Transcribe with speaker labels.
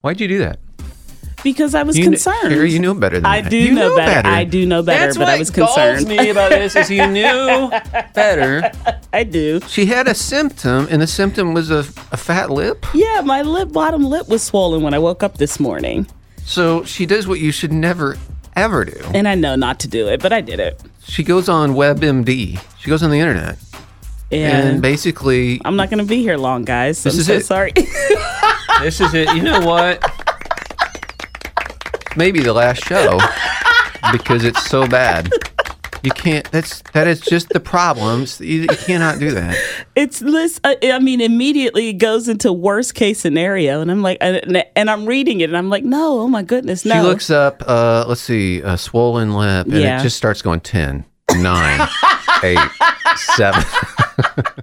Speaker 1: Why'd you do that?
Speaker 2: because I was
Speaker 1: You kn-
Speaker 2: concerned.
Speaker 1: Carrie, you knew better than
Speaker 2: I
Speaker 1: that.
Speaker 2: do
Speaker 1: You
Speaker 2: know,
Speaker 1: know
Speaker 2: better.
Speaker 1: better.
Speaker 2: I do know better,
Speaker 1: That's
Speaker 2: but
Speaker 1: what
Speaker 2: I was
Speaker 1: galls
Speaker 2: concerned.
Speaker 1: me about this is you knew better.
Speaker 2: I do.
Speaker 1: She had a symptom, and the symptom was a, a fat lip.
Speaker 2: Yeah, my lip bottom lip was swollen when I woke up this morning,
Speaker 1: So she does what you should never, ever do.
Speaker 2: and I know not to do it, but I did it.
Speaker 1: She goes on WebMD. She goes on the internet, and
Speaker 2: And
Speaker 1: basically,
Speaker 2: I'm not going to be here long, guys. I'm
Speaker 1: is
Speaker 2: so
Speaker 1: it.
Speaker 2: sorry.
Speaker 1: this is it. You know what? Maybe the last show because it's so bad. You can't. That's that is just the problems. You, you cannot do that.
Speaker 2: it's this. I, I mean, immediately it goes into worst case scenario, and I'm like, and, and I'm reading it, and I'm like, no, oh my goodness, no.
Speaker 1: She looks up, uh, let's see, a swollen lip, and
Speaker 2: Yeah.
Speaker 1: it just starts going 10, 9, 8, 7.